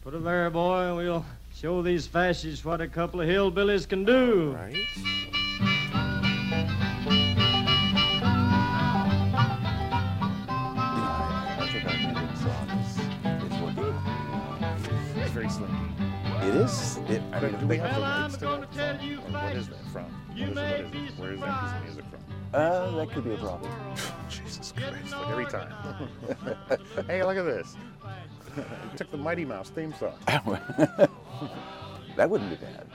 Put it there, boy, and we'll show these fascists what a couple of hillbillies can do. Right? I think our music song is, is working. It's very slinky. It is. It, I But mean, do we they have have the Well, rights I'm to gonna that tell song? you Or What is facts. that from? What You is, may what is be it? Where is that piece of surprised. music from? uh, that could be a problem. Jesus Christ, like every time. hey, look at this. It took the Mighty Mouse theme song. that wouldn't be bad.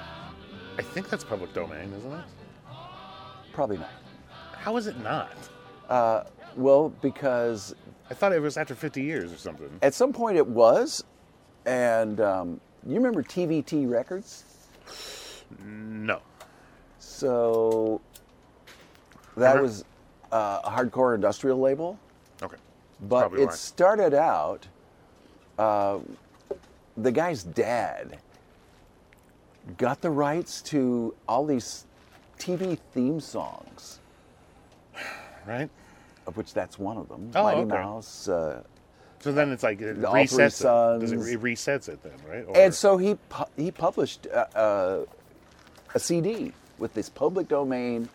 I think that's public domain, isn't it? Probably not. How is it not? Uh, well, because I thought it was after 50 years or something. at some point it was, and um, you remember TVT Records? No. So that Remember- was uh, a hardcore industrial label, Okay. but Probably it why. started out. Uh, the guy's dad got the rights to all these TV theme songs, right. of which that's one of them. Oh, Mighty okay. Mouse. Uh, So then it's like it The All Three resets it. Does it, Sons. it resets it then, right? Or, and so he pu- he published uh, uh, a CD with this public domain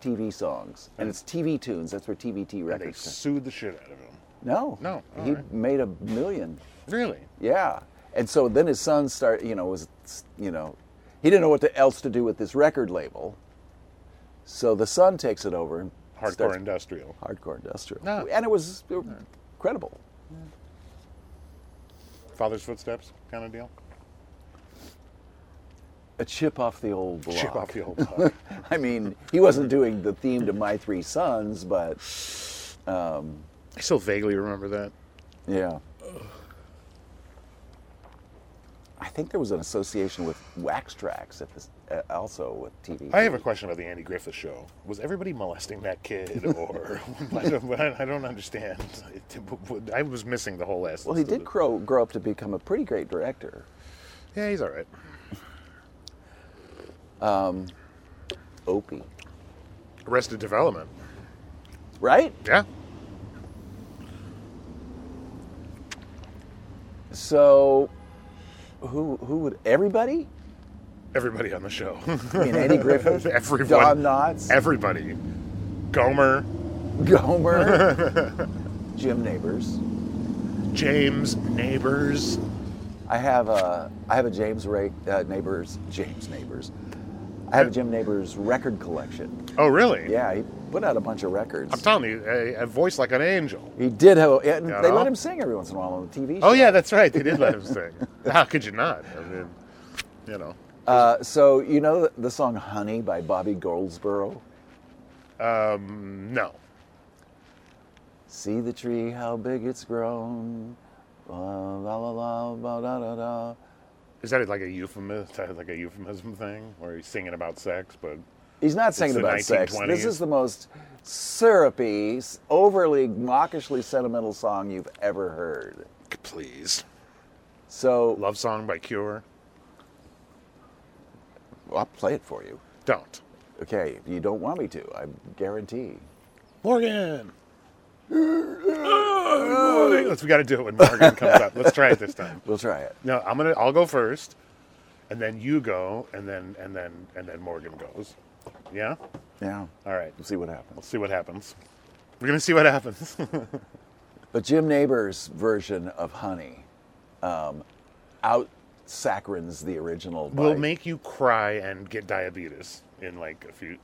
TV songs, and it's TV tunes. That's where TVT and they Records. sued the shit out of him. No. No, He alright. made a million. Really? Yeah. And so then his son started, you know, was, you know, he didn't know what to, else to do with this record label. So the son takes it over and Hardcore Ah. starts industrial. hardcore industrial. No. And it was uh, credible. Father's footsteps kind of deal. A chip off the old block. Chip off the old block. I mean, he wasn't doing the theme to My Three Sons, but I still vaguely remember that. yeah. I think there was an association with Wax Tracks at this, uh, also with TV. I have a question about the Andy Griffith Show. Was everybody molesting that kid, or I, don't, I don't understand. It- I was missing the whole essence. Well, he of did it. grow, grow up to become a pretty great director. Yeah, he's all right. Opie. Arrested Development. Right? Yeah. So, who, who would, everybody? Everybody on the show. I mean, Eddie Griffith, Everyone. Don Knotts, Everybody. Gomer, Gomer, Jim Neighbors. James, neighbors. I have a, I have a James Ray, uh, Neighbors, James Neighbors. I have a Jim Neighbors record collection. Oh, really? Yeah, he put out a bunch of records. I'm telling you, a, a voice like an angel. he did have, and You they know? let him sing every once in a while on the TV show. Oh, yeah, that's right. They did let him sing. How could you not? I mean, you know. Uh, so, you know the- the song Honey by Bobby Goldsboro? No. See the tree, how big it's grown. La la la la, ba, da da da. Is that like a euphemism, like a euphemism thing, where he's singing about sex, but He's not singing the about sex. This 1920s. is the most syrupy, s- overly mawkishly sentimental song you've ever heard. please, So love song by Cure? well, I'll play it for you. Don't. Okay, you don't want me to. I guarantee. Morgan. Morgan. Let's we got to do it when Morgan comes up. Let's try it this time. We'll try it. No, I'm gonna. I'll go first, and then you go, and then and then and then Morgan goes. Yeah. Yeah. All right. We'll see what happens. Let's see what happens. We're gonna see what happens. But Jim Neighbor's version of Honey um, out saccharins the original. By, we'll make you cry and get diabetes in like a few.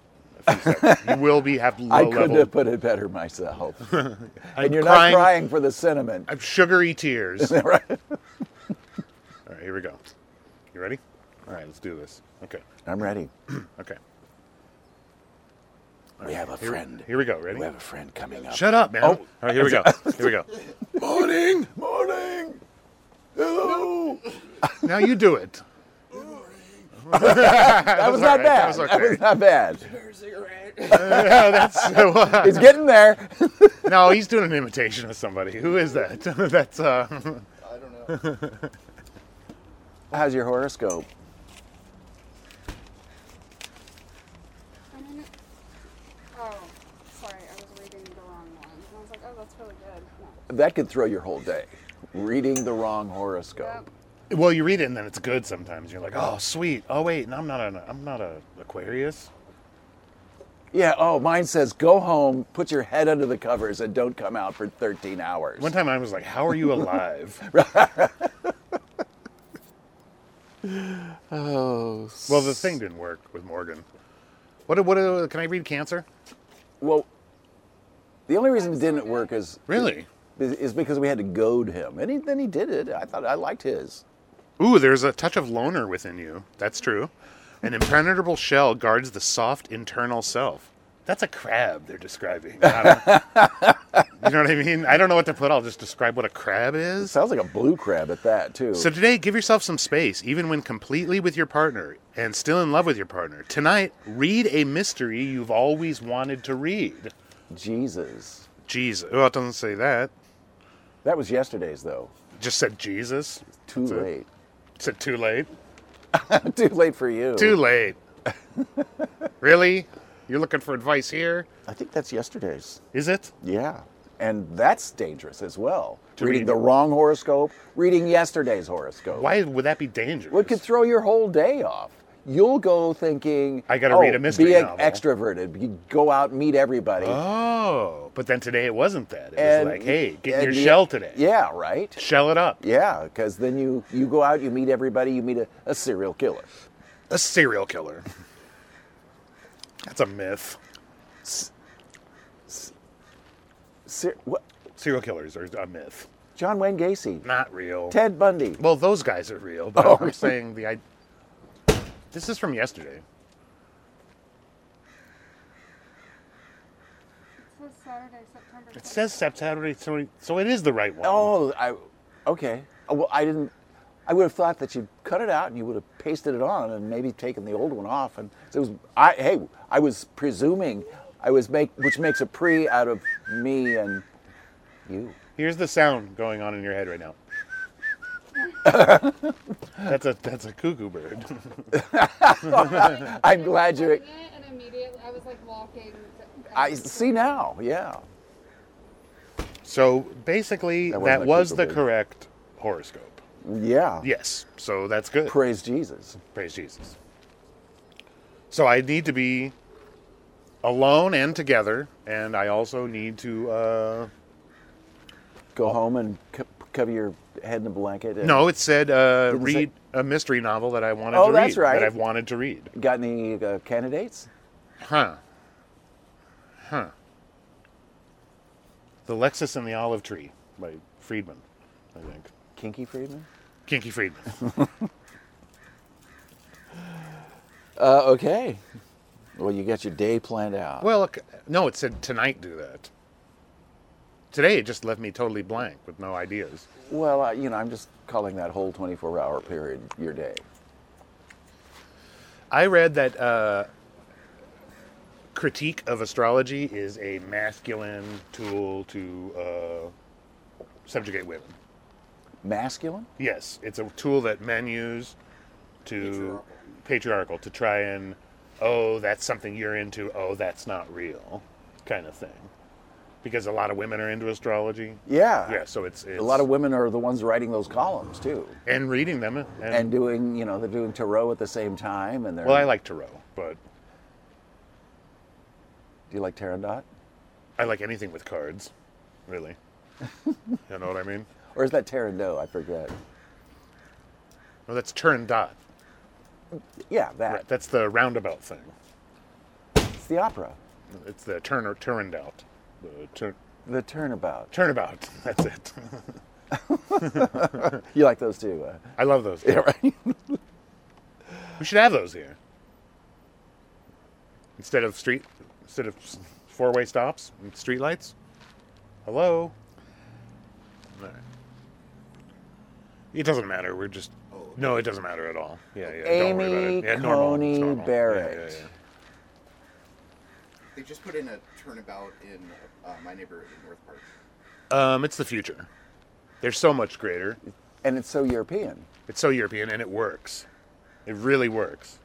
A few seconds. you will be have low I couldn't level. have put it better myself. I'm and you're not crying for the cinnamon. I'm sugary tears. All right? right, here we go. You ready? All right, let's do this. Okay. I'm ready. Okay. We have a Here, friend. here we go. Ready? We have a friend coming up. Shut up, man. Oh. All right, here we go. Here we go. Morning! Morning! Hello! Now you do it. That was all not right. bad. That was That okay. was not bad. No, that's uh, It's getting there. no. He's doing an imitation of somebody. Who is that? that's uh, How's your horoscope? I mean, oh, sorry, I was reading the wrong one. And I was like, oh, that's really good. No. That could throw your whole day. Reading the wrong horoscope. Yep. Well, you read it and then it's good sometimes. You're like, oh, sweet. Oh, wait, no, I'm not an I'm not a Aquarius. Yeah, oh, mine says go home, put your head under the covers, and don't come out for 13 hours. One time I was like, how are you alive? Oh, well, the thing didn't work with Morgan. What? What? Can I read Cancer? Well, the only reason it didn't work is Really? is, is because we had to goad him, and he, then he did it. I thought I liked his. Ooh, there's a touch of loner within you. That's true. An impenetrable shell guards the soft internal self. That's a crab they're describing. I don't- you know what I mean? I don't know what to put. I'll just describe what a crab It is. sounds like a blue crab at that too. So today, give yourself some space, even when completely with your partner and still in love with your partner. Tonight, read a mystery you've always wanted to read. Jesus, Jesus. Well, it doesn't say that. that was yesterday's though. It just said Jesus. Too That's it. late. It said too late. too late for you. Too late. really? You're looking for advice here? I think that's yesterday's. Is it? Yeah, and that's dangerous as well. To reading read- the wrong horoscope, reading yesterday's horoscope. Why would that be dangerous? What could throw your whole day off? You'll go thinking, I gotta oh, read a mystery Be an novel." extroverted. You go out, meet everybody. oh, but then today it wasn't that. It and was like, hey, get in and your you- shell today. Yeah, right. Shell it up. Yeah, because then you you go out, you meet everybody, you meet a, a serial killer. A serial killer. That's a myth. Ser- what? Serial killers are a myth. John Wayne Gacy, Not real. Ted Bundy. Well, those guys are real, Oh, but I'm saying the I. This is from yesterday. It says Saturday, September. It says September, so so it is the right one. Oh, I okay. Oh, Well, I didn't. I would have thought that you'd cut it out and you would have pasted it on and maybe taken the old one off. And so it was. I hey, I was presuming. I was make which makes a pre out of me and you. Here's the sound going on in your head right now. that's a that's a cuckoo bird. I'm glad you. Wasn't it? And immediately I was like walking. to- I see now. Yeah. So basically, That that, wasn't a was cuckoo the bird. correct horoscope. Yeah. Yes. So that's good. Praise Jesus. Praise Jesus. So I need to be alone and together, and I also need to. Uh, Go home and co- cover your head in a blanket. And no, it said uh, Didn't say- read a mystery novel that I wanted Oh, to read. that's right. That I've wanted to read. Got any uh, candidates? Huh. Huh. The Lexus and the Olive Tree by Friedman, I think. Kinky Friedman? Kinky Friedman. Uh, okay. Well, you got your day planned out. well, look, no, it said tonight do that. Today it just left me totally blank with no ideas. Well, uh, you know, I'm just calling that whole 24 hour period your day. I read that uh, critique of astrology is a masculine tool to uh, subjugate women. Masculine? Yes, it's a tool that men use to patriarchal. to try and oh that's something you're into oh that's not real kind of thing because a lot of women are into astrology Yeah. yeah so it's, it's A lot of women are the ones writing those columns too, and reading them and, and doing you know they're doing tarot at the same time, and they're. well I like tarot but Do you like tarot dot, I like anything with cards really you know what I mean or is that tarot? I forget. well that's turn dot Yeah, that. right, that's the roundabout thing It's the opera, it's the turn or turn out the turn the turnabout. turnabout that's it You like those too? Uh, I love those yeah, right. We should have those here. Instead of street, instead of four way stops and street lights. Hello? All right. It doesn't matter. We're just. No, it doesn't matter at all. Yeah, yeah. don't worry about Amy it. Yeah, normal. It's Coney normal. Yeah, Barrett. yeah, yeah. They just put in a turnabout in uh, my neighborhood in North Park. Um, it's the future. They're so much greater. and it's so European. It's so European and it works. It really works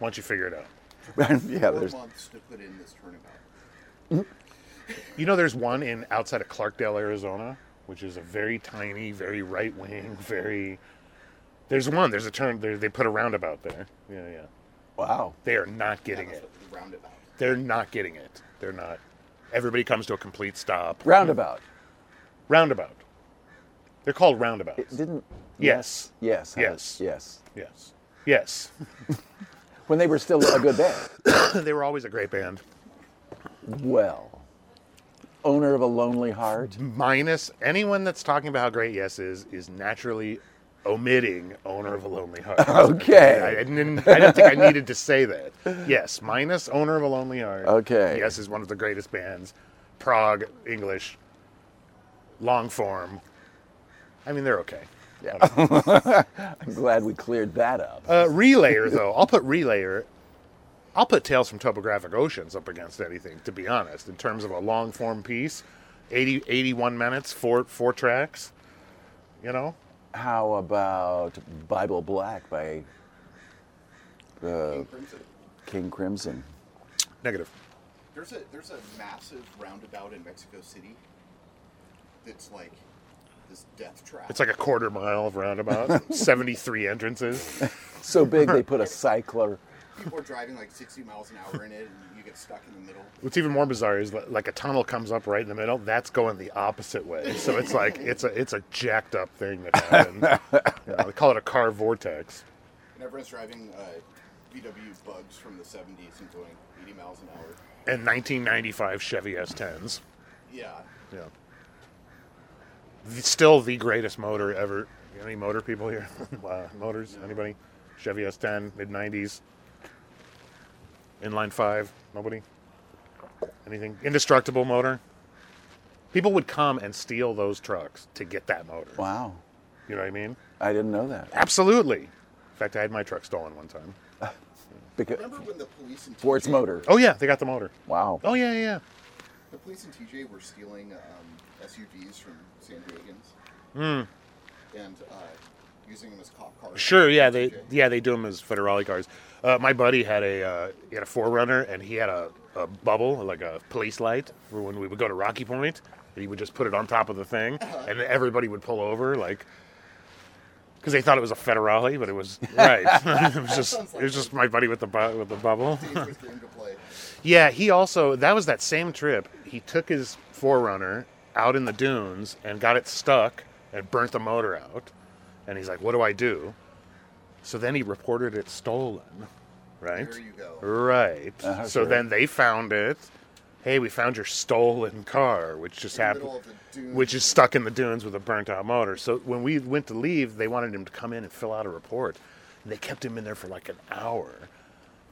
once you figure it out. yeah, Four there's months to put in this turnabout. You know, there's one in outside of Clarkdale, Arizona, which is a very tiny, very right wing, very There's one. There's a turn. There, they put a roundabout there. Yeah, yeah. Wow. They are not getting That's it. what the roundabout. They're not getting it. They're not. Everybody comes to a complete stop. Roundabout. roundabout. They're called roundabouts. It didn't. Yes. Yes. I- Yes. Yes. Yes. Yes. When they were still a good band. they were always a great band. Well, owner of a lonely heart. Minus anyone that's talking about how great Yes is is naturally omitting Owner of a Lonely Heart. Okay. I, I didn't, I didn't think I needed to say that. Yes, minus Owner of a Lonely Heart. Okay. Yes is one of the greatest bands. Prague, English, long form. I mean, they're okay. I'm glad we cleared that up. Uh, relayer though, I'll put relayer. I'll put Tales from Topographic Oceans up against anything. To be honest, in terms of a long form piece, 80, 81 minutes, four four tracks. You know, How about Bible Black by Uh, King Crimson. King Crimson? negative. There's a there's a massive roundabout in Mexico City. That's like this death trap. It's like a quarter mile of roundabout, seventy three entrances. So big they put a cycler. people are driving like 60 miles an hour in it, and you get stuck in the middle. What's even more bizarre is li- like a tunnel comes up right in the middle. That's going the opposite way, so it's like it's a it's a jacked up thing that happened. You know, they call it a car vortex. And everyone's driving uh, VW Bugs from the 70s and going 80 miles an hour. And nineteen ninety five Chevy S tens. Yeah. Yeah. The- Still the greatest motor ever. Any motor people here? uh, motors? Anybody? Chevy S10, mid 90s. Inline 5, nobody? Anything? Indestructible motor? People would come and steal those trucks to get that motor. Wow. You know what I mean? I didn't know that. Absolutely. In fact, I had my truck stolen one time. Because Remember when the police and TJ, Ford's motor. Oh, yeah, they got the motor. Wow. Oh, yeah, yeah, yeah. The police and TJ were stealing um, SUVs from San Diegans. And uh, using them as cop cars. Hmm. Sure, yeah, they TJ. yeah they do them as Federale cars. Uh, my buddy had a uh, he had a Forerunner, and he had a, a bubble like a police light for when we would go to Rocky Point. And he would just put it on top of the thing, and everybody would pull over like because they thought it was a Federale, but it was right. it was just it was just my buddy with the bu- with the bubble. Dangerous game to play. Yeah, he also that was that same trip. He took his Forerunner out in the dunes and got it stuck and burnt the motor out. And he's like, "What do I do?" So then he reported it stolen, right? There you go. Right. Uh-huh, so sure. then they found it. Hey, we found your stolen car, which just In the happened, middle of the dunes. which is stuck in the dunes with a burnt out motor. So when we went to leave, they wanted him to come in and fill out a report. And they kept him in there for like an hour,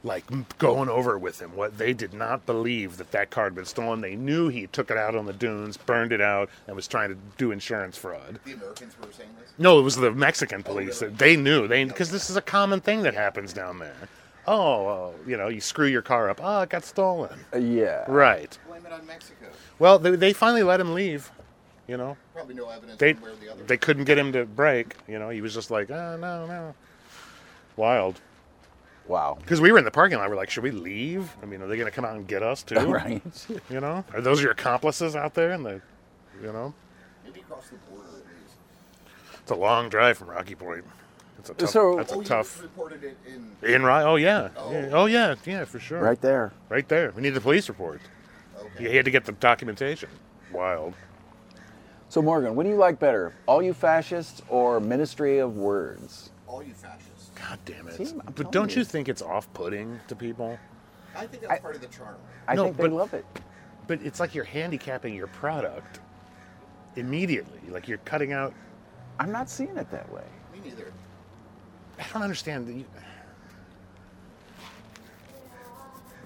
like m- going over with him what they did not believe that that car had been stolen. They knew he took it out on the dunes, burned it out, and was trying to do insurance fraud. The Americans were saying this. No, it was the Mexican police. Oh, really? They knew. They because this is a common thing that happens down there. Oh, well, you know, you screw your car up. Oh, it got stolen. Uh, Yeah. Right. Blame it on Mexico. Well, they, they finally let him leave. You know, Probably no evidence they one way or the other. they couldn't get him to break. You know, he was just like, oh no, no, wild. Wow. Because we were in the parking lot. We're like, should we leave? I mean, are they going to come out and get us too? Right. You know, are those your accomplices out there? And the, you know, Maybe cross the border at least. it's a long drive from Rocky Point. It's a tough. So- that's oh, a you tough. reported it in. In Rye? Oh yeah. Oh. yeah. Oh yeah. Yeah, for sure. Right there. Right there. We need the police report. Okay. He had to get the documentation. Wild. So Morgan, what do you like better, All You Fascists or Ministry of Words? All you fascists. God damn it. See, I'm but telling don't you. you. think it's off-putting to people? I think that's part of the charm. I No, think they but- love it. But it's like you're handicapping your product immediately. Like you're cutting out. I'm not seeing it that way. Me neither. I don't understand. The,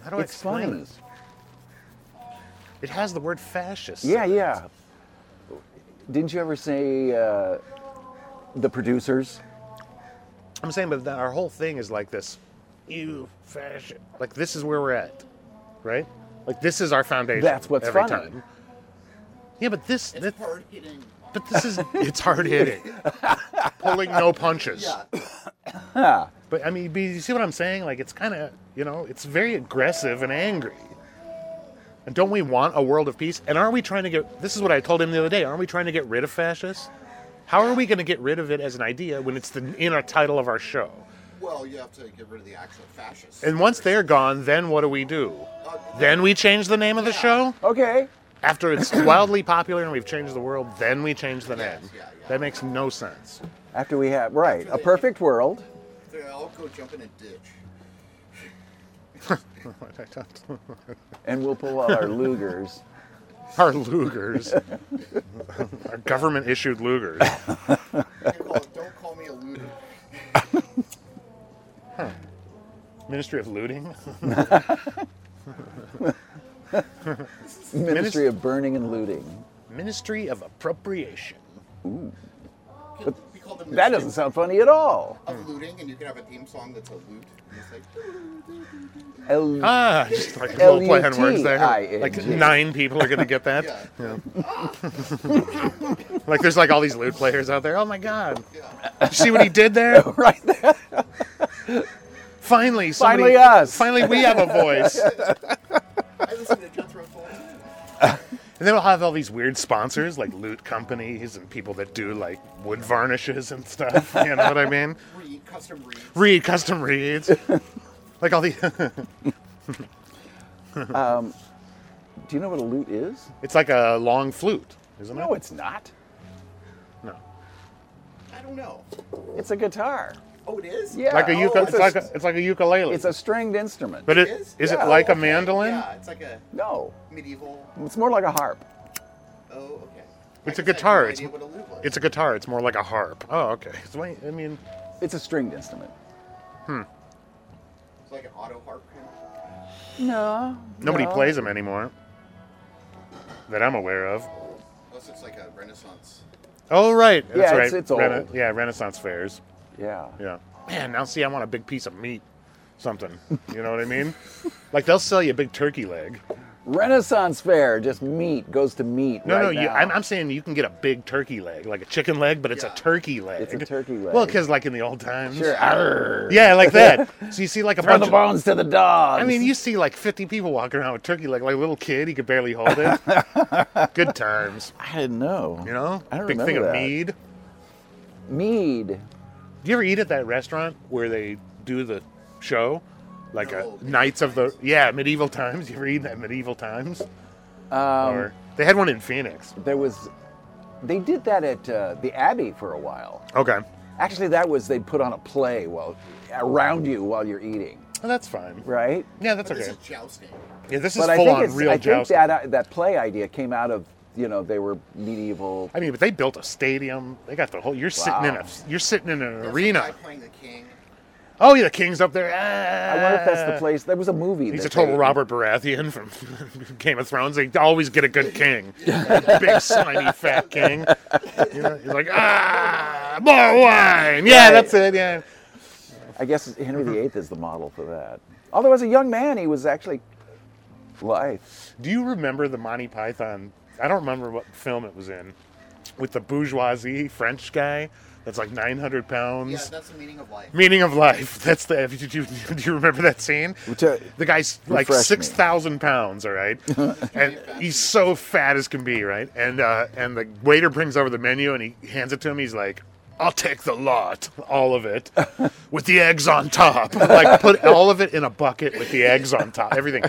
how do I it's explain funny. this? It has the word fascist. Yeah, yeah. Didn't you ever say uh, the producers? I'm saying, but the, our whole thing is like this. You fashion. Like this is where we're at, right? Like this is our foundation. That's what's every funny. Time. Yeah, but this, It's that- hard hitting. but this is it's hard hitting, pulling no punches. Yeah. But I mean, but you see what I'm saying? Like it's kind of you know, it's very aggressive and angry. And don't we want a world of peace? And aren't we trying to get? This is what I told him the other day. Aren't we trying to get rid of fascists? How are we going to get rid of it as an idea when it's the, in our title of our show? Well, you have to get rid of the actual fascists. And once they're gone, then what do we do? Then we change the name of the show? Okay. After it's wildly popular and we've changed the world, then we change the name. Yes, yeah, yeah. That makes no sense. After we have right, a perfect world. They all go jump in a ditch. and we'll pull out our Lugers. Our Lugers. our government issued Lugers. You can call it, Don't call me a looter. Ministry of Looting? Ministry of Burning and Looting. Ministry of Appropriation. We call them the That doesn't sound funny at all. of Hmm. looting, and you can have a theme song that's a loot. And it's like, L- Ah, just like a little play on words there. L-U-T-I-N-G. Like nine people are going to get that. yeah, Like there's like all these loot players out there. Oh my God. yeah. You see what he did there? right there. Finally, somebody, Finally us. Finally, we have a voice. I listen to Jethro Tull. too. And then we'll have all these weird sponsors like loot companies and people that do like wood varnishes and stuff. You know what I mean? Read, custom reads. Read custom reads. Like all the, Do you know what a lute is? it's like a long flute, isn't it? No, it's not. no. I don't know. It's a guitar. Oh, it is? Yeah. Like a, oh, uka- it's, it's, a, like a it's like a ukulele. it's a stringed instrument. but it, It is? is, is Yeah. it like Oh, a okay. mandolin? Yeah, it's like a no, medieval. it's more like a harp. Oh, okay. It's I a guess I had guitar, No it's- idea what a lute was. It's a guitar. It's more like a harp. Oh, okay. It's like- I mean, It's a stringed instrument. It's like an auto harp. kind of- No. nobody no. plays them anymore that I'm aware of. Unless it's like a Renaissance. Oh, right. That's Yeah, right. it's- it's Rena- old. yeah, Renaissance fairs. Yeah. Yeah. Man, now see, I want a big piece of meat, something. You know what I mean? like they'll sell you a big turkey leg. Renaissance fair, just meat goes to meat. No, right no, you, now. I'm, I'm saying you can get a big turkey leg, like a chicken leg, but it's Yeah. a turkey leg. It's a turkey leg. Well, because like in the old times. Sure. Arr. Yeah, like that. so you see like a Throw bunch the of- bones to the dogs. I mean, you see like 50 people walking around with turkey leg, like a little kid, he could barely hold it. Good times, I didn't know. you know? I don't Big remember thing that. of mead. Mead. Do you ever eat at that restaurant where they do the show? Like No, a medieval Knights of the Yeah, medieval times. You ever eat at medieval times? Um, or they had one in Phoenix. There was, they did that at uh, the Abbey for a while. Okay. Actually, that was they put on a play while around you while you're eating, Oh, that's fine. right? Yeah, that's But okay. This is jousting. yeah, this is but I full think on it's, real I think jousting. that uh, that play idea came out of you know they were medieval. I mean, but they built a stadium. They got the whole. You're sitting in Wow. a. You're sitting in an There's a guy arena. playing the king. Oh yeah, the king's up there. I wonder if that's the place. There was a movie. Eh. He's that a total they- Robert Baratheon from Game of Thrones. They always get a good king, big slimy fat king. You know, he's like ah, more wine. Yeah, Right. that's it. Yeah, I guess Henry Mm-hmm. VIII is the model for that. Although as a young man, he was actually lithe. Do you remember the Monty Python? I don't remember what film it was in, with the bourgeoisie French guy that's like 900 pounds. Yeah, that's the meaning of life. Meaning of life. That's the. Do you, do you remember that scene? Which, uh, the guy's like refresh me. six thousand pounds. All right, and he's so fat as can be. Right, and uh, and the waiter brings over the menu and he hands it to him. He's like. I'll take the lot, all of it, with the eggs on top. Like put all of it in a bucket with the eggs on top, everything.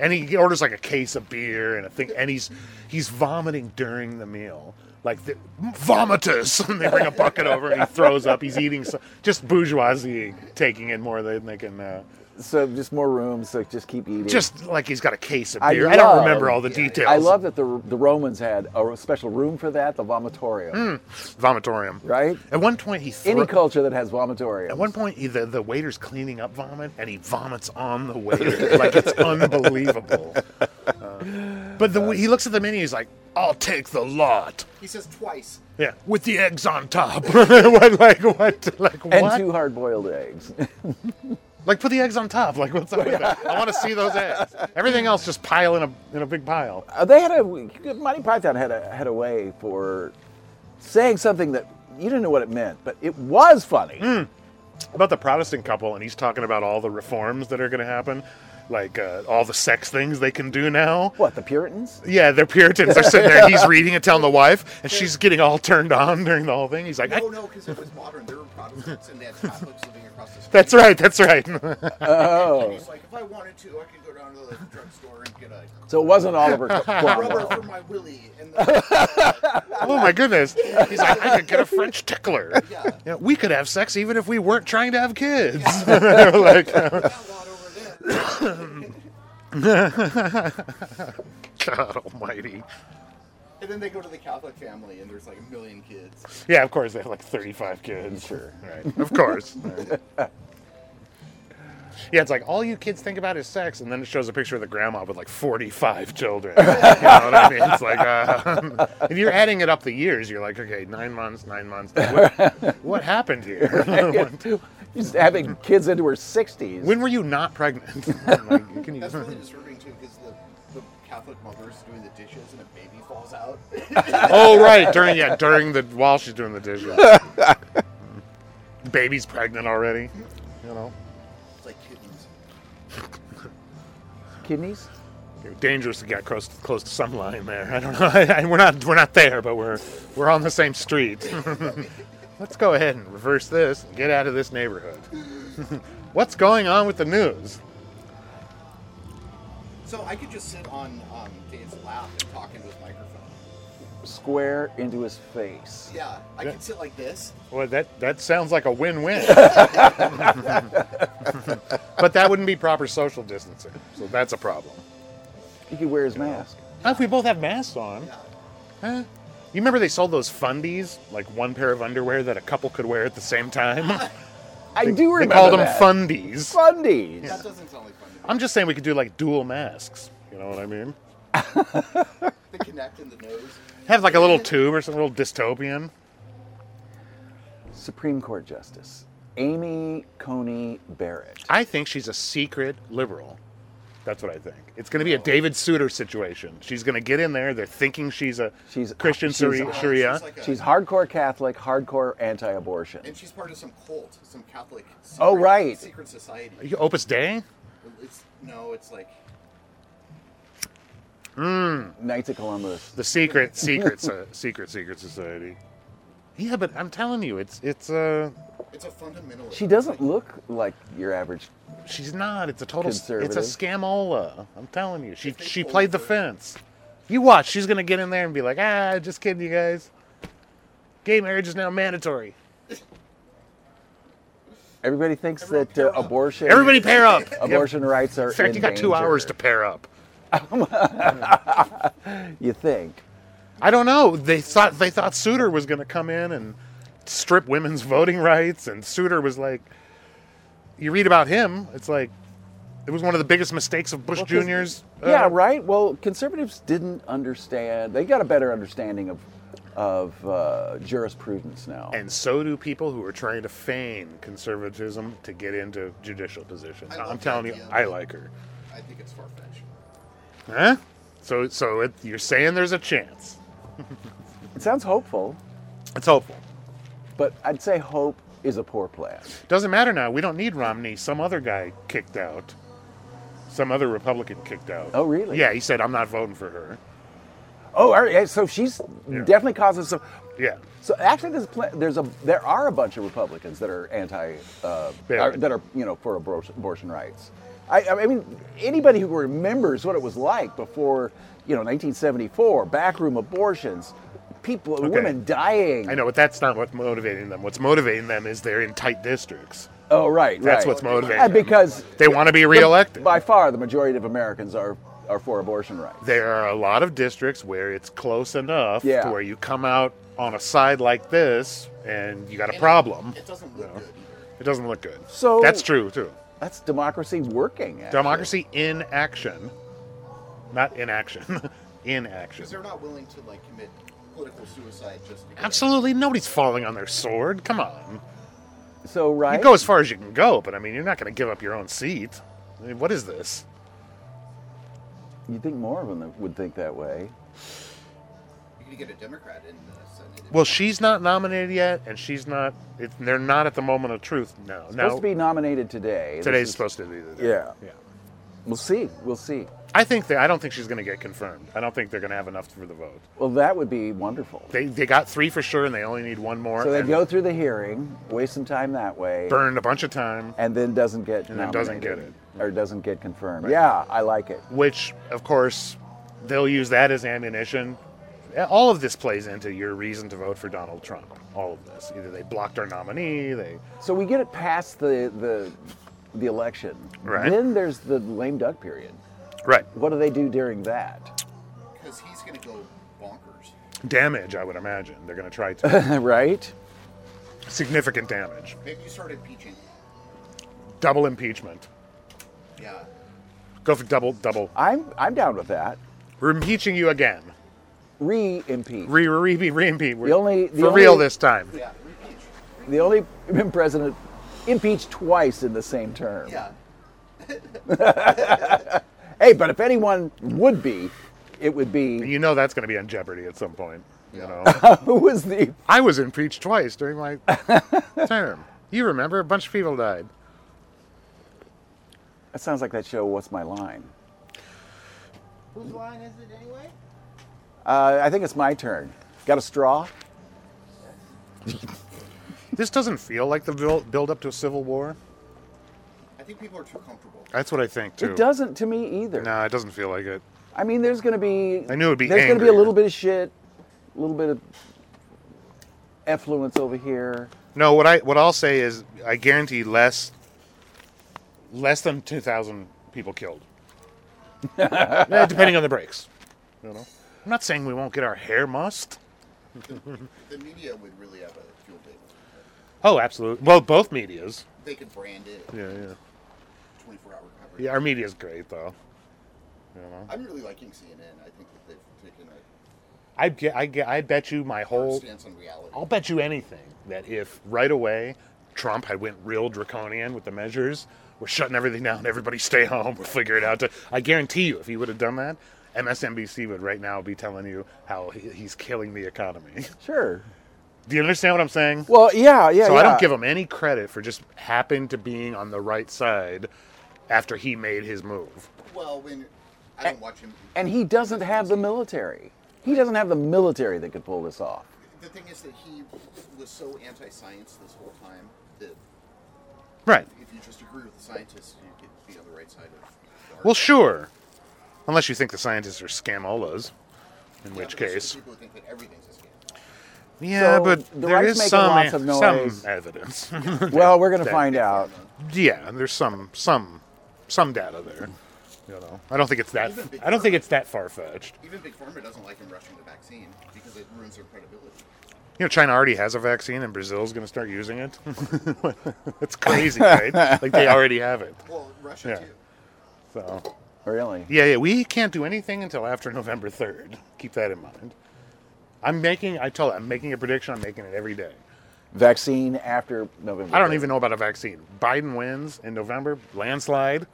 And he orders like a case of beer and a thing, and he's he's vomiting during the meal, like the, vomitus. And they bring a bucket over, and he throws up. He's eating so, just bourgeoisie, taking in more than they can. Uh, So just more room. So just keep eating. just like he's got a case of I beer. I, don't love- remember all the details. I love that the the Romans had a special room for that, the vomitorium, Hmm. vomitorium. right? At one point, he thro- Any culture that has vomitorium. At one point, he, the the waiter's cleaning up vomit, and he vomits on the waiter. like it's unbelievable. Uh, but the, he looks at the menu. He's like, "I'll take the lot." He says twice. Yeah, with the eggs on top. what, like what? Like and what? two hard-boiled eggs. like put the eggs on top. Like what's up with that? I want to see those eggs. Everything else just pile in a in a big pile. Uh, they had a Monty Python had a had a way Hmm. for saying something that you didn't know what it meant, but it was funny. about the Protestant couple, and he's talking about all the reforms that are going to happen, like uh, all the sex things they can do now. What the Puritans? Yeah, they're Puritans. They're sitting there. He's reading and telling the wife, and she's getting all turned on during the whole thing. He's like, No, "I- no, because it was modern. There were Protestants and they had Catholics living across the street. "That's right, that's right." And he's like, if I wanted to, I could go down to the drugstore and get a So it wasn't Oliver Cromwell. rubber for my willy. And the, oh my goodness! He's like, "I could get a French tickler. Yeah. Yeah, we could have sex even if we weren't trying to have kids." like, that lot over there. God Almighty! And then they go to the Catholic family, and there's like a million kids. Yeah, of course they have like thirty-five kids. Sure. Right. Of course. Yeah, it's like all you kids think about is sex, and then it shows a picture of the grandma with like 45 children. You know what I mean? It's like, uh, if you're adding it up the years, you're like, okay, nine months, nine months. What, what happened here? She's having kids into her 60s. when were you not pregnant? Like, can you- That's really disturbing too, because the, the Catholic mother's doing the dishes, and a baby falls out. oh, right, during yeah, during the while she's doing the dishes. Baby's pregnant already. You know, it's like kittens. Kidneys? You're dangerous to get close close to some line there. I don't know. we're not we're not there, but we're we're on the same street. Let's go ahead and reverse this and get out of this neighborhood. What's going on with the news? So I could just sit on um, Dave's lap and talk into his microphone. Square into his face. Yeah, I could sit like this. Well, that that sounds like a win-win. but that wouldn't be proper social distancing, so that's a problem. He could wear his mask. Oh, if we both have masks on, Yeah. huh? You remember they sold those fundies, like one pair of underwear that a couple could wear at the same time? I do remember They called them that. fundies. Fundies. That doesn't sound like fun to me. I'm just saying we could do like dual masks. You know what I mean? The connect in the nose. Have like a little tube or some little dystopian. Supreme Court Justice Amy Coney Barrett. I think she's a secret liberal. That's what I think. It's going to be a David Souter situation. She's going to get in there. They're thinking she's a She's- Christian she's- Shari- Oh, she's Sharia. like a- She's hardcore Catholic, hardcore anti-abortion. And she's part of some cult, some Catholic. Secret, Oh, right. Secret society. Are you Opus Dei? It's no, it's like Knights of Columbus. The secret, secret, so- secret, secret society. Yeah, but I'm telling you, it's it's uh, it's a fundamental. She doesn't look like your average. she's not. It's a total. It's a Conservative. scamola. I'm telling you, she If they she pull played the her- fence. You watch. She's going to get in there and be like, ah, just kidding, you guys. Gay marriage is now mandatory. Everybody thinks Everyone that uh, pair up. abortion. Everybody pair up. Abortion rights are. In fact, in you got two danger. hours to pair up. You think? I don't know. They thought they thought Souter was going to come in and strip women's voting rights, and Souter was like, you read about him, it's like it was one of the biggest mistakes of Bush 'cause- Jr.'s. uh, yeah, right. Well, conservatives didn't understand. They got a better understanding of of uh, jurisprudence now. And so do people who are trying to feign conservatism to get into judicial positions. I I'm love telling that you, idea. I like her. I think it's far fetched. Huh? So, so it, you're saying there's a chance. it sounds hopeful, It's hopeful. but I'd say hope is a poor plan. Doesn't matter now. We don't need Romney. Some other guy kicked out. Some other Republican kicked out. Oh, really? Yeah, he said, I'm not voting for her. Oh, all right. yeah, So she's definitely causing some. Yeah. So actually, there's, pl- there's a there are a bunch of Republicans that are anti uh, Yeah. are- that are you know for abor- abortion rights. I, I mean, anybody who remembers what it was like before you know 1974, backroom abortions, people, women dying. I know, but that's not what's motivating them. What's motivating them is they're in tight districts. Oh, right. That's right. what's motivating And them. because They want to be reelected. by far the majority of Americans are are for abortion rights. there are a lot of districts where it's close enough Yeah. to where you come out on a side like this and you got a problem. It doesn't look good. It doesn't look good. So- that's true too. That's democracy working. actually. Democracy in action, not inaction, in action. Because they're not willing to like commit political suicide just because. Absolutely, nobody's falling on their sword. Come on, So right. you go as far as you can go, but I mean, you're not going to give up your own seat. I mean, what is this? You'd think more of them would think that way. could get a Democrat in the Senate. Well, she's not nominated yet, and she's not. It, they're not at the moment of truth now. Supposed Now to be nominated today. This today's is- supposed to be the day. Yeah. Yeah. We'll see. We'll see. I think that I don't think she's going to get confirmed. I don't think they're going to have enough for the vote. Well, that would be wonderful. They they got three for sure, and they only need one more. So they and go through the hearing, waste some time that way, burned a bunch of time, and then doesn't get And then doesn't nominated, get or doesn't get confirmed. Yeah, I like it. which of course they'll use that as ammunition. All of this plays into your reason to vote for Donald Trump. All of this, either they blocked our nominee, they So we get it past the the the election. Right. Then there's the lame duck period. right What do they do during that? Because he's going to go bonkers. damage. I would imagine they're going to try to right. significant damage, Maybe you start impeaching. double impeachment. Yeah. Go for double double. I'm I'm down with that. We're impeaching you again. Re-impeach. Re re re re impeach. We're The only- the for real only- this time. Yeah. Impeach. the only president impeached twice in the same term. Yeah. Hey, but if anyone would be, it would be You know that's going to be on Jeopardy at some point. You Yeah. know. who was the I was impeached twice during my term. You remember, a bunch of people died. That sounds like that show. What's my line? Whose line is it anyway? Uh, I think it's my turn. Got a straw? This doesn't feel like the build, build up to a civil war. I think people are too comfortable. That's what I think too. It doesn't to me either. No, it doesn't feel like it. I mean, there's going to be. I knew it'd be There's going to be angrier. a little bit of shit, a little bit of effluence over here. No, what I what I'll say is I guarantee less less than two thousand people killed. Eh, depending on the breaks. You know? I'm not saying we won't get our hair mussed. The media would really have a field day. with it. Oh, absolutely. Well, both medias. They could brand it Yeah, yeah. 24 hour coverage. Yeah, our media's great though. You know? I'm really liking CNN. I think that they've taken a I get, I get, I bet you my hard whole stance on reality. I'll bet you anything that if right away Trump had went real draconian with the measures, we're shutting everything down, everybody stay home, we'll figure it out. To, I guarantee you, if he would have done that, MSNBC would right now be telling you how he- he's killing the economy. Sure. Do you understand what I'm saying? Well, yeah, yeah. so I yeah. don't give him any credit for just happen to being on the right side after he made his move. Well, when I don't watch him. And he doesn't have the military. He doesn't have the military that could pull this off. The thing is that he was so anti-science this whole time that Right. if you just agree with the scientists, you could be on the right side of. The Well, argument. sure. Unless you think the scientists are scamolas, in Yeah, which but there's case. some people who think that everything's a scam. Yeah, So but the there right's is making some, lots of noise. some evidence. Well, we're going to That- find out. yeah, there's some some some data there. You know, I don't think it's that. Even big I don't think it's that far fetched. Even big pharma doesn't like him rushing the vaccine because it ruins their credibility. You know, China already has a vaccine, and Brazil's going to start using it. That's crazy, right? Like they already have it. Well, Russia Yeah. too. So Really? yeah, yeah, we can't do anything until after November third. Keep that in mind. I'm making. I told. you, I'm making a prediction. I'm making it every day. Vaccine after November. I don't 3rd. even know about a vaccine. Biden wins in November, landslide.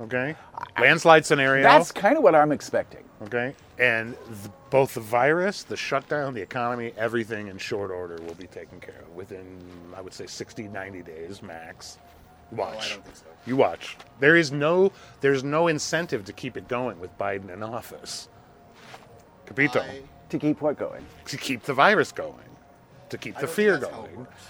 Okay, landslide scenario. That's kind of what I'm expecting. okay, and th- both the virus, the shutdown, the economy, everything in short order will be taken care of within, I would say, 60, 90 days max. Watch. Oh, I don't think so. You watch. There is no, there's no incentive to keep it going with Biden in office. Capito, I, To keep what going? to keep the virus going, to keep I the don't think fear that's how it going. works.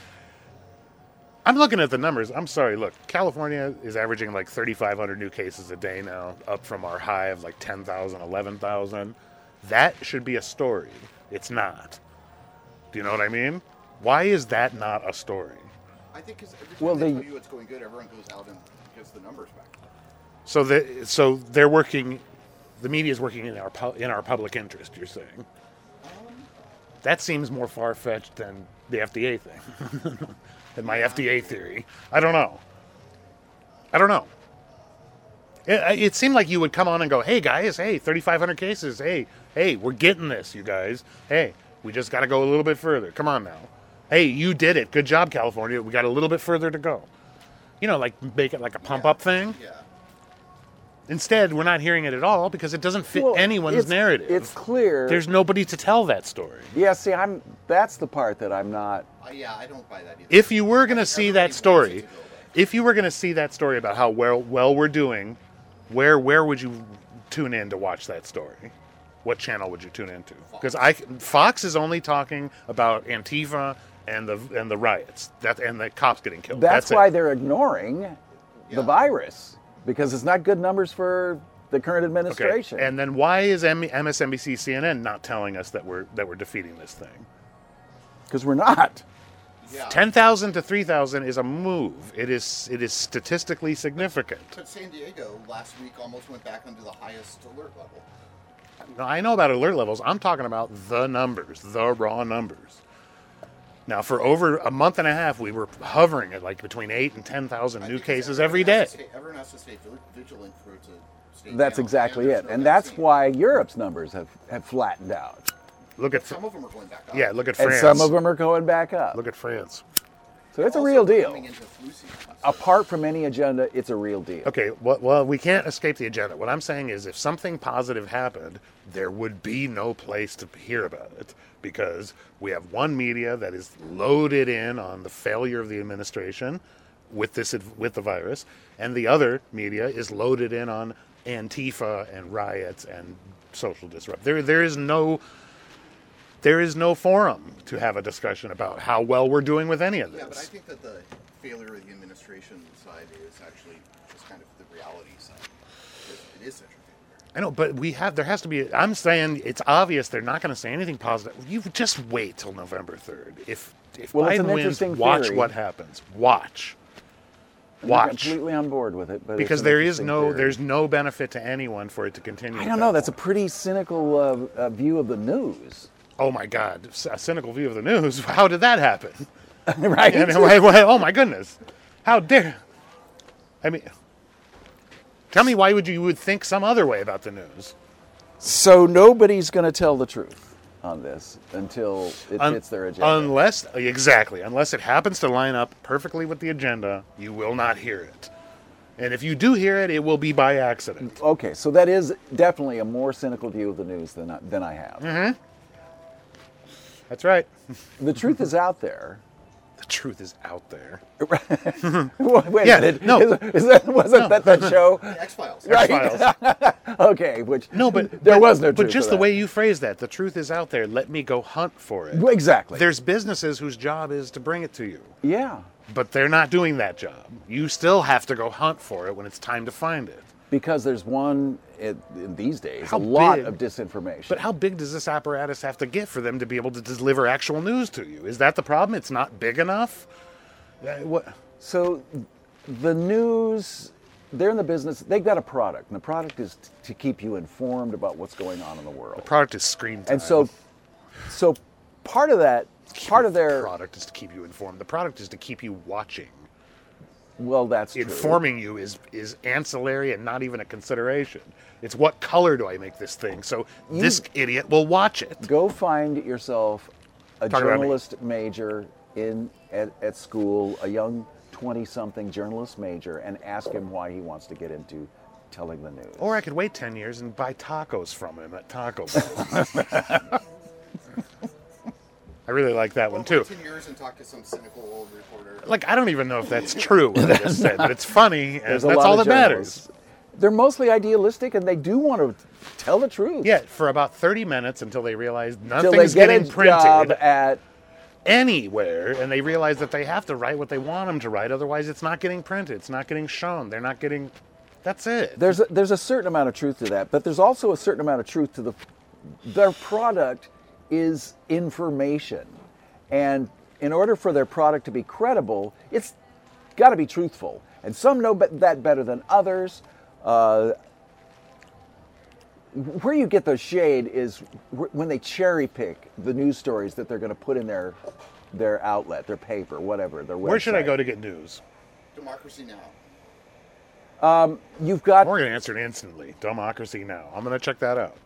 I'm looking at the numbers. I'm sorry. Look, California is averaging like 3,500 new cases a day now, up from our high of like 10,000, 11,000. That should be a story. It's not. Do you know what I mean? Why is that not a story? I think because every time Well, they, they- tell you it's going good, everyone goes out and gets the numbers back. So the so they're working, the media is working in our pu- in our public interest. You're saying that seems more far fetched than the FDA thing, than my FDA theory. I don't know. I don't know. It, I- it seemed like you would come on and go, "Hey guys, hey, 3,500 cases. Hey, hey, we're getting this, you guys. Hey, we just got to go a little bit further. Come on now. Hey, you did it. Good job, California. We got a little bit further to go. You know, like make it like a pump up thing." Yeah. Instead, we're not hearing it at all because it doesn't fit Well, anyone's it's- narrative. It's clear. There's nobody to tell that story. yeah. See, I'm. That's the part that I'm not. Uh, yeah, I don't buy that either. If you were going to see Everybody that wants it to go story, away. if you were going to see that story about how well well we're doing, where where would you tune in to watch that story? What channel would you tune into? Because I Fox is only talking about Antifa and the and the riots that and the cops getting killed. That's, That's, why it. they're ignoring Yeah. the virus because it's not good numbers for the current Okay. administration. And then why is M- MSNBC, CNN not telling us that we're that we're defeating this thing? because we're not. yeah. Ten thousand to three thousand is a move. It is it is statistically significant. But San Diego last week almost went back under the highest alert level. Now, I know about alert levels. I'm talking about the numbers, the raw numbers. Now, for over a month and a half, we were hovering at like between eight and ten thousand I new think it's cases every everyone day. has to stay- everyone has to stay vil- vigilant for it to stay That's down, exactly there's it. no And that's vaccine. why Europe's numbers have, have flattened out. Look at Some of them are going back up. yeah, look at And France. some of them are going back up. Look at France. So it's a Also real coming deal. into flu season. Apart from any agenda, it's a real deal. Okay, well, well, we can't escape the agenda. What I'm saying is, if something positive happened, there would be no place to hear about it because we have one media that is loaded in on the failure of the administration with this with the virus, and the other media is loaded in on Antifa and riots and social disrupt. There, there is no. There is no forum to have a discussion about how well we're doing with any of this. Yeah, but I think that the failure of the administration side is actually just kind of the reality side. Because It is such a failure. I know, but we have. There has to be. I'm saying it's obvious they're not going to say anything positive. You just wait till November third. If if Well, it's Biden an wins, interesting watch theory. what happens. Watch, I'm watch, completely on board with it. But because there is no there's no benefit to anyone for it to continue. I at don't that know. That's a point. pretty cynical uh, uh, view of the news, oh my god, s- a cynical view of the news. How did that happen? right? And why- why- oh my goodness, how dare? I mean, tell me why would you, you would think some other way about the news? So nobody's going to tell the truth on this until it Un- fits their agenda. Unless exactly, unless it happens to line up perfectly with the agenda, you will not hear it. And if you do hear it, it will be by accident. okay, so that is definitely a more cynical view of the news than I, than I have. Mm-hmm. That's right. The truth is out there. The truth is out there. Wait Yeah, a minute. no. Is- is that, wasn't that that show? The X Files. Right. Files. Okay, which No, but there but- was no. But truth just to the that. way you phrase that, the truth is out there. Let me go hunt for it. exactly. There's businesses whose job is to bring it to you, yeah, but they're not doing that job. You still have to go hunt for it when it's time to find it. because there's one it, in these days How a lot big- of disinformation. But how big does this apparatus have to get for them to be able to deliver actual news to you? Is that the problem? It's not big enough. Uh, what? so the news, they're in the business. They've got a product, and the product is t- to keep you informed about what's going on in the world. Product is screen time. and so, so part of that, part of the their product is to keep you informed. The product is to keep you watching. well, that's true. Informing you is is ancillary and not even a consideration. It's what color do I make this thing? So this idiot will watch it. Go find yourself Talking a about me. journalist major in at, at school, a young 20 something journalist major, and ask him why he wants to get into telling the news. Or I could wait ten years and buy tacos from him at Taco Bell. I really like that one too. Wait Ten years and talk to some cynical old reporter. like I don't even know if that's true what I just said, but it's funny and There's that's a lot all of that journalists. matters. They're mostly idealistic and they do want to tell the truth. Yeah, for about 30 minutes until they realize Till they nothing's get a getting printed job at anywhere and they realize that they have to write what they want them to write otherwise it's not getting printed, it's not getting shown, they're not getting that's it. there's a, there's a certain amount of truth to that, but there's also a certain amount of truth to the their product is information, and in order for their product to be credible, it's got to be truthful. And some know be- that better than others. Uh, where you get the shade is wh- when they cherry pick the news stories that they're going to put in their their outlet, their paper, whatever. Their Where should I website. go to get news? Democracy Now. You've got Morgan answered instantly. Democracy Now. I'm going to check that out.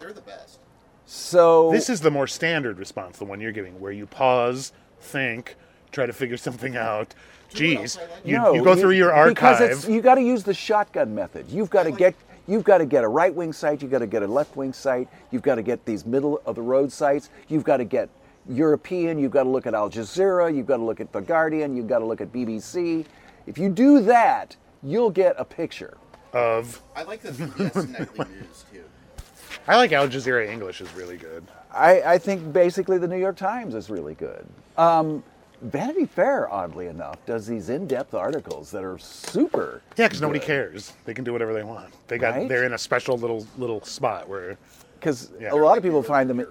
They're the best. so This is the more standard response, the one you're giving, where you pause, think, try to figure something out, Geez, you, No, you go through your Because it's, archive. you got to use the shotgun method. You've got to get you've got to get a right wing sight. You've got to get a left wing sight. You've got to get these middle of the road sights. You've got to get European. You've got to look at Al Jazeera. You've got to look at the Guardian. You've got to look at BBC. If you do that, you'll get a picture. Of I like the PBS nightly news too. I like Al Jazeera English is really good. I, I think basically the New York Times is really good. Um, Vanity Fair, oddly enough, does these in-depth articles that are super. Yeah, because nobody cares. They can do whatever they want. They got Right? they're in a special little little spot where because Yeah. a lot of people find them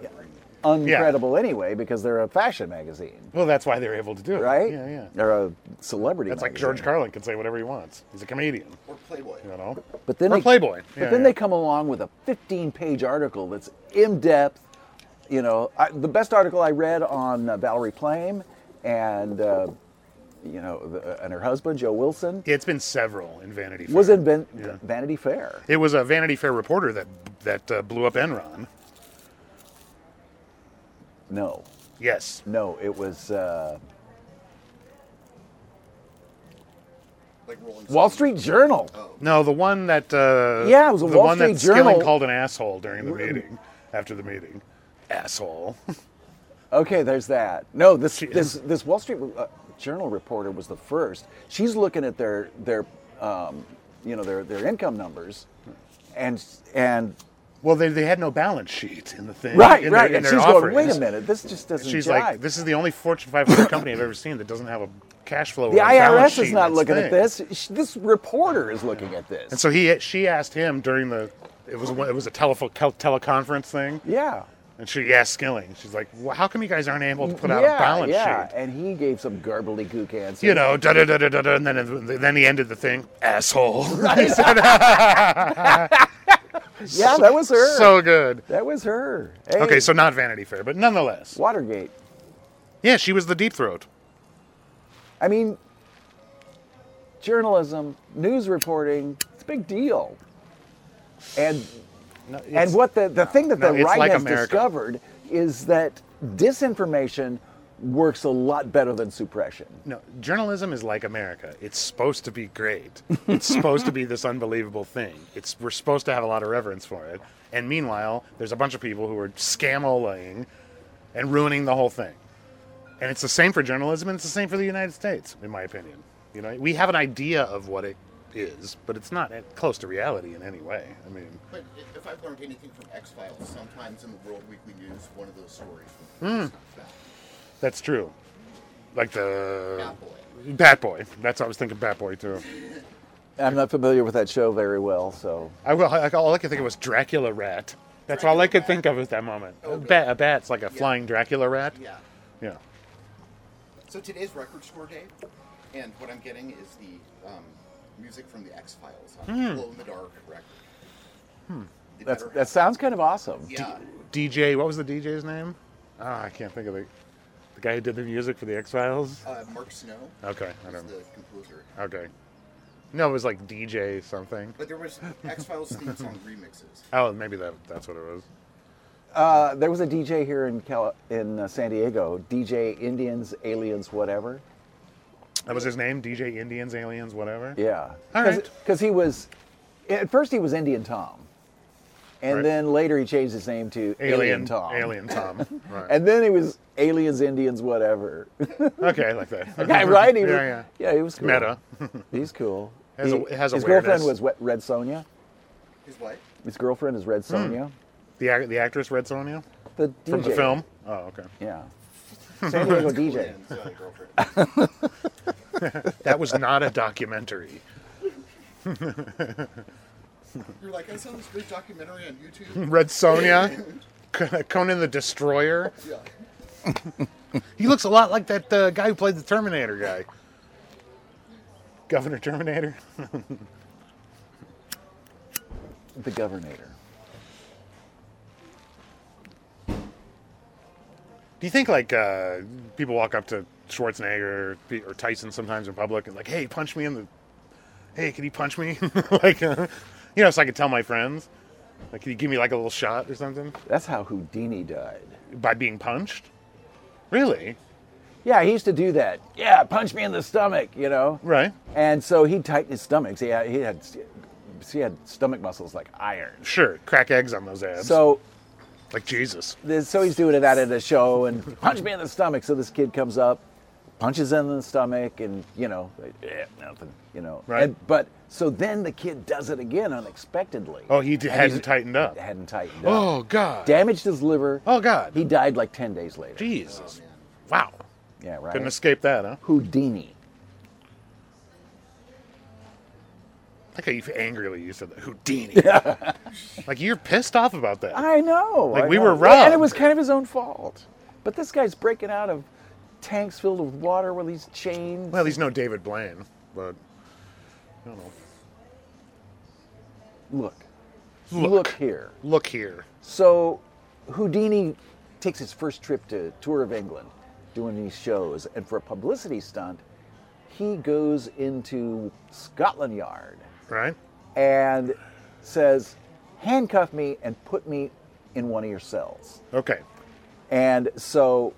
uncredible anyway because they're a fashion magazine, well that's why they're able to do it. right? Yeah, yeah. They're a celebrity. That's like magazine. George Carlin can say whatever he wants. He's a comedian, Or Playboy. you know. But then or they, Playboy. But Yeah, then yeah. they come along with a 15-page article that's in-depth. You know, I, the best article I read on uh, Valerie Plame and uh, you know the, uh, and her husband Joe Wilson Yeah, it's been several in Vanity Fair. was in Van- Yeah. Vanity Fair. It was a Vanity Fair reporter that that uh, blew up Enron. No, Yes. no, it was uh, Like Rolling Wall Stone. Street Oh. Journal. No, the one that uh, Yeah, it was a the Wall one that Street Journal. Skilling called an asshole during the meeting after the meeting. Asshole. Okay, there's that. No, this She- this this Wall Street uh, Journal reporter was the first. She's looking at their their um, you know their their income numbers, and and well, they, they had no balance sheet in the thing. right in their- right. in and their she's going, wait offerings. a minute, this just doesn't. She's jive. like, this is the only Fortune 500 company I've ever seen that doesn't have a cash flow. the or a balance IRS sheet is in not its looking thing." at this. Sh- This reporter is looking at this. And so he, she asked him during the, it was one- it was a telephone teleconference thing, yeah. and she asked Skilling, she's like, well, how come you guys aren't able to put out yeah, a balance yeah. sheet? And he gave some garbly gook answer. You know, da da da da da, da, and then then he ended the thing, asshole. He said, yeah, that was her. so good. that was her. Hey, Okay, so not Vanity Fair, but nonetheless, Watergate. yeah, she was the deep throat. I mean, journalism, news reporting, it's a big deal. And and what the, the thing that no, the it's right like has America. discovered is that disinformation works a lot better than suppression. No, journalism is like America. It's supposed to be great. It's supposed to be this unbelievable thing. It's we're supposed to have a lot of reverence for it. And meanwhile, there's a bunch of people who are scamolaying and ruining the whole thing. And it's the same for journalism and it's the same for the United States, in my opinion. You know, we have an idea of what it is, but it's not at- close to reality in any way. I mean, But i- if I've learned anything from X Files, sometimes in the World Weekly News, one of those stories. that's true. Like the Bad boy. Bat Boy. That's what I was thinking Bat Boy too. I'm not familiar with that show very well, so I will. I, all I could think of was Dracula rat. That's all I could think of at that moment. A bat. A bat's like a flying Dracula rat. Yeah. Yeah. So today's record store day, and what I'm getting is the um, music from the X Files on Glow in the Dark record. Hmm. that's, that sounds kind of awesome. Yeah. DJ. What was the DJ's name? Ah, I can't think of the the guy who did the music for the X Files. Uh, Mark Snow Okay, I was don't. the composer. Okay. No, it was like DJ something. But there was X Files theme song remixes. Oh, maybe that that's what it was. Uh, there was a DJ here in Cal- in uh, San Diego, DJ Indians, Aliens, whatever. That was his name. DJ Indians, aliens, whatever. Yeah. All right. Because he was, at first he was Indian Tom, and Right. then later he changed his name to Alien, Alien Tom. Alien Tom. Right. And then he was Aliens, Indians, whatever. okay, I like that. yeah, right? He was, yeah, yeah. he was cool. Meta. He's cool. Has a- has his awareness. girlfriend was Wet- Red Sonia. His what? His girlfriend is Red Sonia. The ac- the actress Red Sonia The DJ. Hmm. from the film. Oh, okay. Yeah. San Diego DJ. Glenn's uh, girlfriend. That was not a documentary. You're like, I saw this big documentary on YouTube. Red Sonia, Con- Conan the Destroyer. yeah. He looks a lot like that uh, guy who played the Terminator guy, Governor Terminator. The Governator. Do you think like uh, people walk up to Schwarzenegger or, or Tyson sometimes in public and like, hey, punch me in the, hey, can you punch me? like, uh, you know, so I could tell my friends, like, can you give me like a little shot or something That's how Houdini died. by being punched? Really? Yeah, he used to do that. Yeah, punch me in the stomach, you know. Right. And so he tightened his stomachs. He had he had he had stomach muscles like iron. Sure. Crack eggs on those abs. So like Jesus. this- so he's doing it out at a show and punch me in the stomach. So this kid comes up, punches him in the stomach, and you know, like, eh, nothing, you know. Right. And, but so then the kid does it again unexpectedly. Oh, he d- And hadn't he's- tightened up. Hadn't tightened up. Oh God. Damaged his liver. Oh God. He died like ten days later. Jesus. Wow. Yeah, right. Couldn't escape that, huh? Houdini. Like how you angrily used that Houdini. like you're pissed off about that. I know. Like, I we know. were Well, and it robbed. was kind of his own fault. But this guy's breaking out of tanks filled with water with these chains. well, he's no David Blaine, but I don't know. look, Look. here. Look here. So, Houdini takes his first trip to tour of England, doing these shows, and for a publicity stunt, he goes into Scotland Yard Right? and says, "Handcuff me and put me in one of your cells." Okay. And so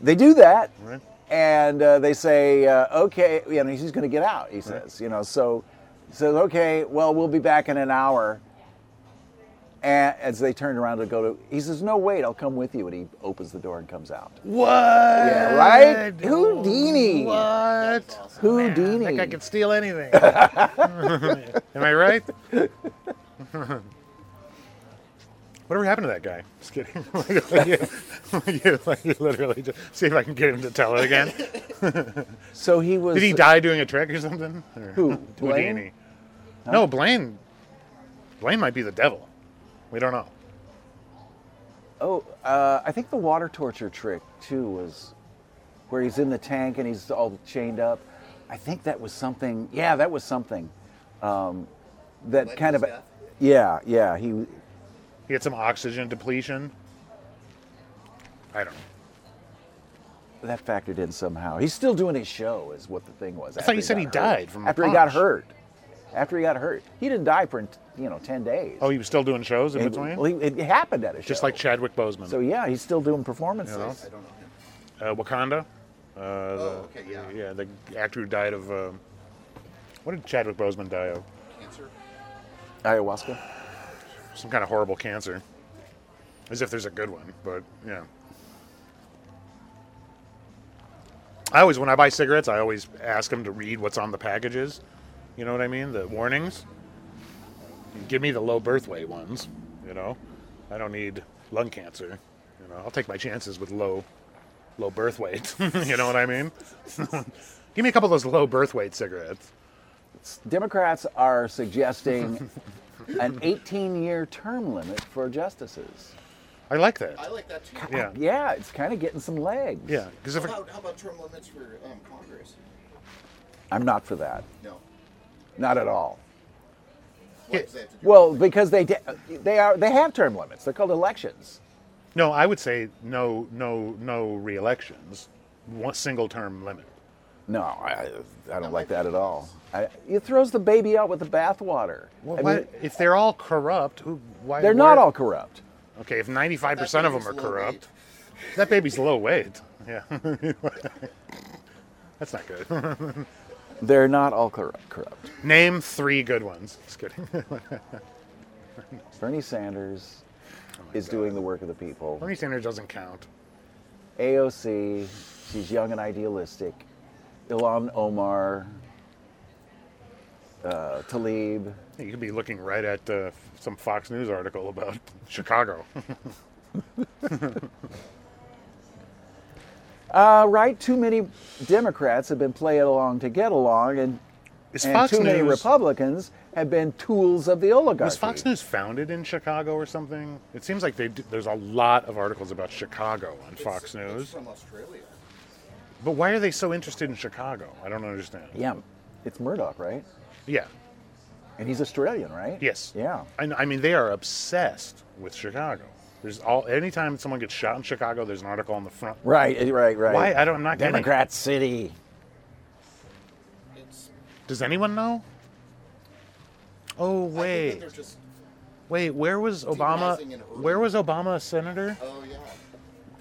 they do that, Right. and uh, they say, uh, "Okay, you know, he's going to get out." He says, "You know," so he says, "Okay, well, we'll be back in an hour." And as they turn around to go to, he says, "No, wait, I'll come with you." And he opens the door and comes out. What? Yeah, right? Houdini. What? Houdini. That guy could steal anything. Am I right? Whatever happened to that guy? Just kidding. like, you, you- like, you literally just see if I can get him to tell it again. so he was. Did he die doing a trick or something? Or- Who, Blaine? Houdini. No, Blaine. Blaine might be the devil. We don't know. Oh, uh, I think the water torture trick too was where he's in the tank and he's all chained up. I think that was something. Yeah, that was something. Um, that Like kind his of. death? Yeah, yeah. He. He had some oxygen depletion. I don't know. That factored in somehow. He's still doing his show, is what the thing was. I thought you said he died from the after he got punch. hurt. After he got hurt, he didn't die for you know ten days. Oh, he was still doing shows in It- between? well, he- it happened at a show. Just like Chadwick Boseman. So yeah, he's still doing performances. I don't know him. uh, Wakanda. Uh, Oh, okay, yeah. yeah, the actor who died of. um what did Chadwick Boseman die of? Cancer. Ayahuasca. Some kind of horrible cancer. As if there's a good one, but yeah. I always, when I buy cigarettes, I always ask them to read what's on the packages. You know what I mean? The warnings. Give me the low birth weight ones. You know, I don't need lung cancer. You know, I'll take my chances with low, low birth weight. you know what I mean? Give me a couple of those low birth weight cigarettes. Democrats are suggesting an 18 year term limit for justices. I like that. I like that too. yeah, Yeah, it's kind of getting some legs. yeah. Because How if about, how about term limits for um, Congress? I'm not for that. No. Not at all. What does that have to do Well, because they de- they are they have term limits. They're called elections. No, I would say no, no, no re-elections. One single term limit. No, I, I don't like that at all. I, it throws the baby out with the bathwater. I Why- mean, if they're all corrupt, who, why? they're where- not all corrupt. Okay, if 95% of them are That baby's low corrupt, that baby's low weight. Yeah. That's not good. They're not all corrupt. corrupt. Name three good ones. Just kidding. Bernie Sanders Oh is doing the work of the people. Bernie Sanders doesn't count. AOC, she's young and idealistic. Ilhan Omar, uh, Talib. You could be looking right at uh, some Fox News article about Chicago. Uh, right, too many Democrats have been playing along to get along, and, Is and Fox too many News- Republicans have been tools of the oligarchy. Was Fox News founded in Chicago or something? It seems like they do, there's a lot of articles about Chicago on It's- Fox It's News. from Australia. But why are they so interested in Chicago? I don't understand. Yeah, it's Murdoch, right? Yeah. And he's Australian, right? Yes. Yeah. And I mean, they are obsessed with Chicago. There's all anytime someone gets shot in Chicago, there's an article on the front. Right, eh, right, right. Why? I don't- I'm not getting it. Democrat City. It's. Does anyone know? Oh I think wait, that they're just. wait. Where was Obama? Demonizing and Where was Obama a senator? Oh yeah.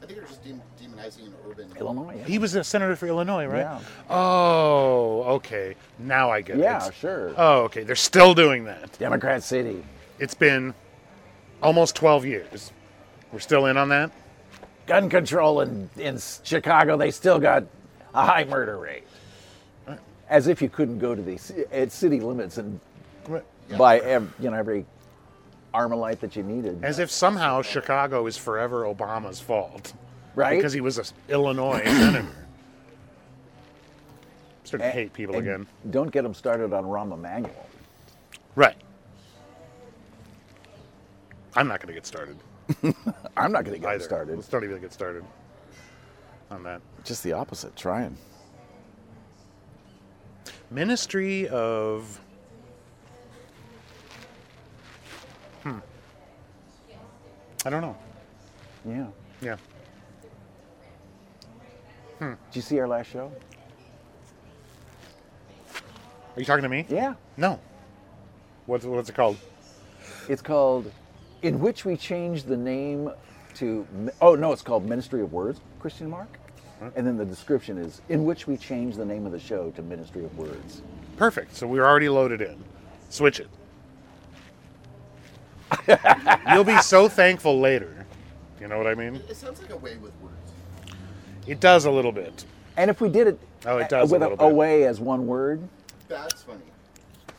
I think they're just de- demonizing advertising and urban. Illinois. He was a senator for Illinois, right? Yeah. Oh, okay. Now I get it. Yeah, It's- sure. Oh, okay. They're still doing that. Democrat City. It's been almost 12 years. We're still in on that? Gun control in, in Chicago, they still got a high murder rate. As if you couldn't go to the ci- at city limits and buy ev- you know every armalite that you needed. As if somehow Chicago is forever Obama's fault. Right? Because he was an Illinois senator. starting to hate people And again. Don't get them started on Rahm Emanuel. Right. I'm not going to get started I'm not going to get 'em either. started. Let's not even get started on that. Just the opposite. Trying. Ministry of. Hmm. I don't know. Yeah. Yeah. Did you see our last show? Are you talking to me? Yeah. No. What's, what's it called? It's called In Which We Change the Name to Oh no, it's called Ministry of Words, Christian Mark. And then the description is In Which We Change the Name of the Show to Ministry of Words. Perfect. So we're already loaded in. Switch it. You'll be so thankful later. You know what I mean? It sounds like a way with words. It does a little bit. And if we did it, Oh, it does a with little bit. away as one word, That's funny,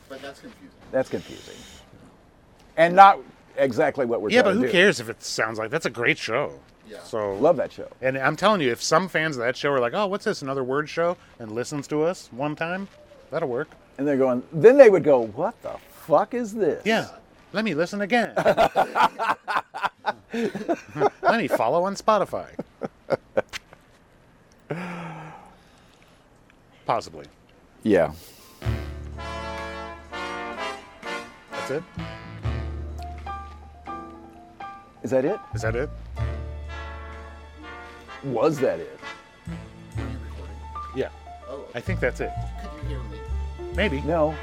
but that's confusing. that's confusing. And not exactly what we're Yeah, but who trying to do. cares if it sounds like that's a great show. Yeah. So Love that show. And I'm telling you, if some fans of that show are like, "Oh, what's this? Another word show?" and listens to us one time, that'll work. And they're going then they would go, What the fuck is this? Yeah. Let me listen again. Let me follow on Spotify. Possibly. Yeah. That's it. Is that it? Is that it? Was that it? Were you recording? Yeah. Oh, I think that's it. could you hear me? Maybe. No. No.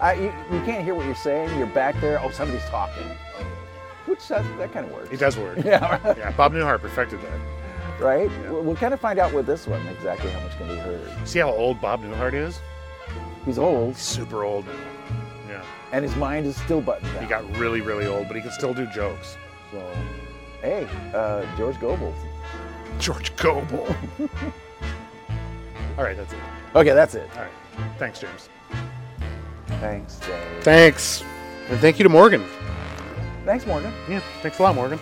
I, you, you can't hear what you're saying. You're back there. Oh, somebody's talking. Oh, okay. Which that, that kind of works. It does work. Yeah, Yeah. Bob Newhart perfected that. right? We'll, we'll kind of find out with this one exactly how much can be heard. See how old Bob Newhart is? He's old, Super old now. Yeah. and his mind is still buttoned down. He got really, really old, but he can still do jokes. so, hey, uh, George Goebbels. George Goebel. All right, that's it. Okay, that's it. All right. Thanks, James. Thanks, Dave. Thanks. And thank you to Morgan. Thanks, Morgan. Yeah, thanks a lot, Morgan.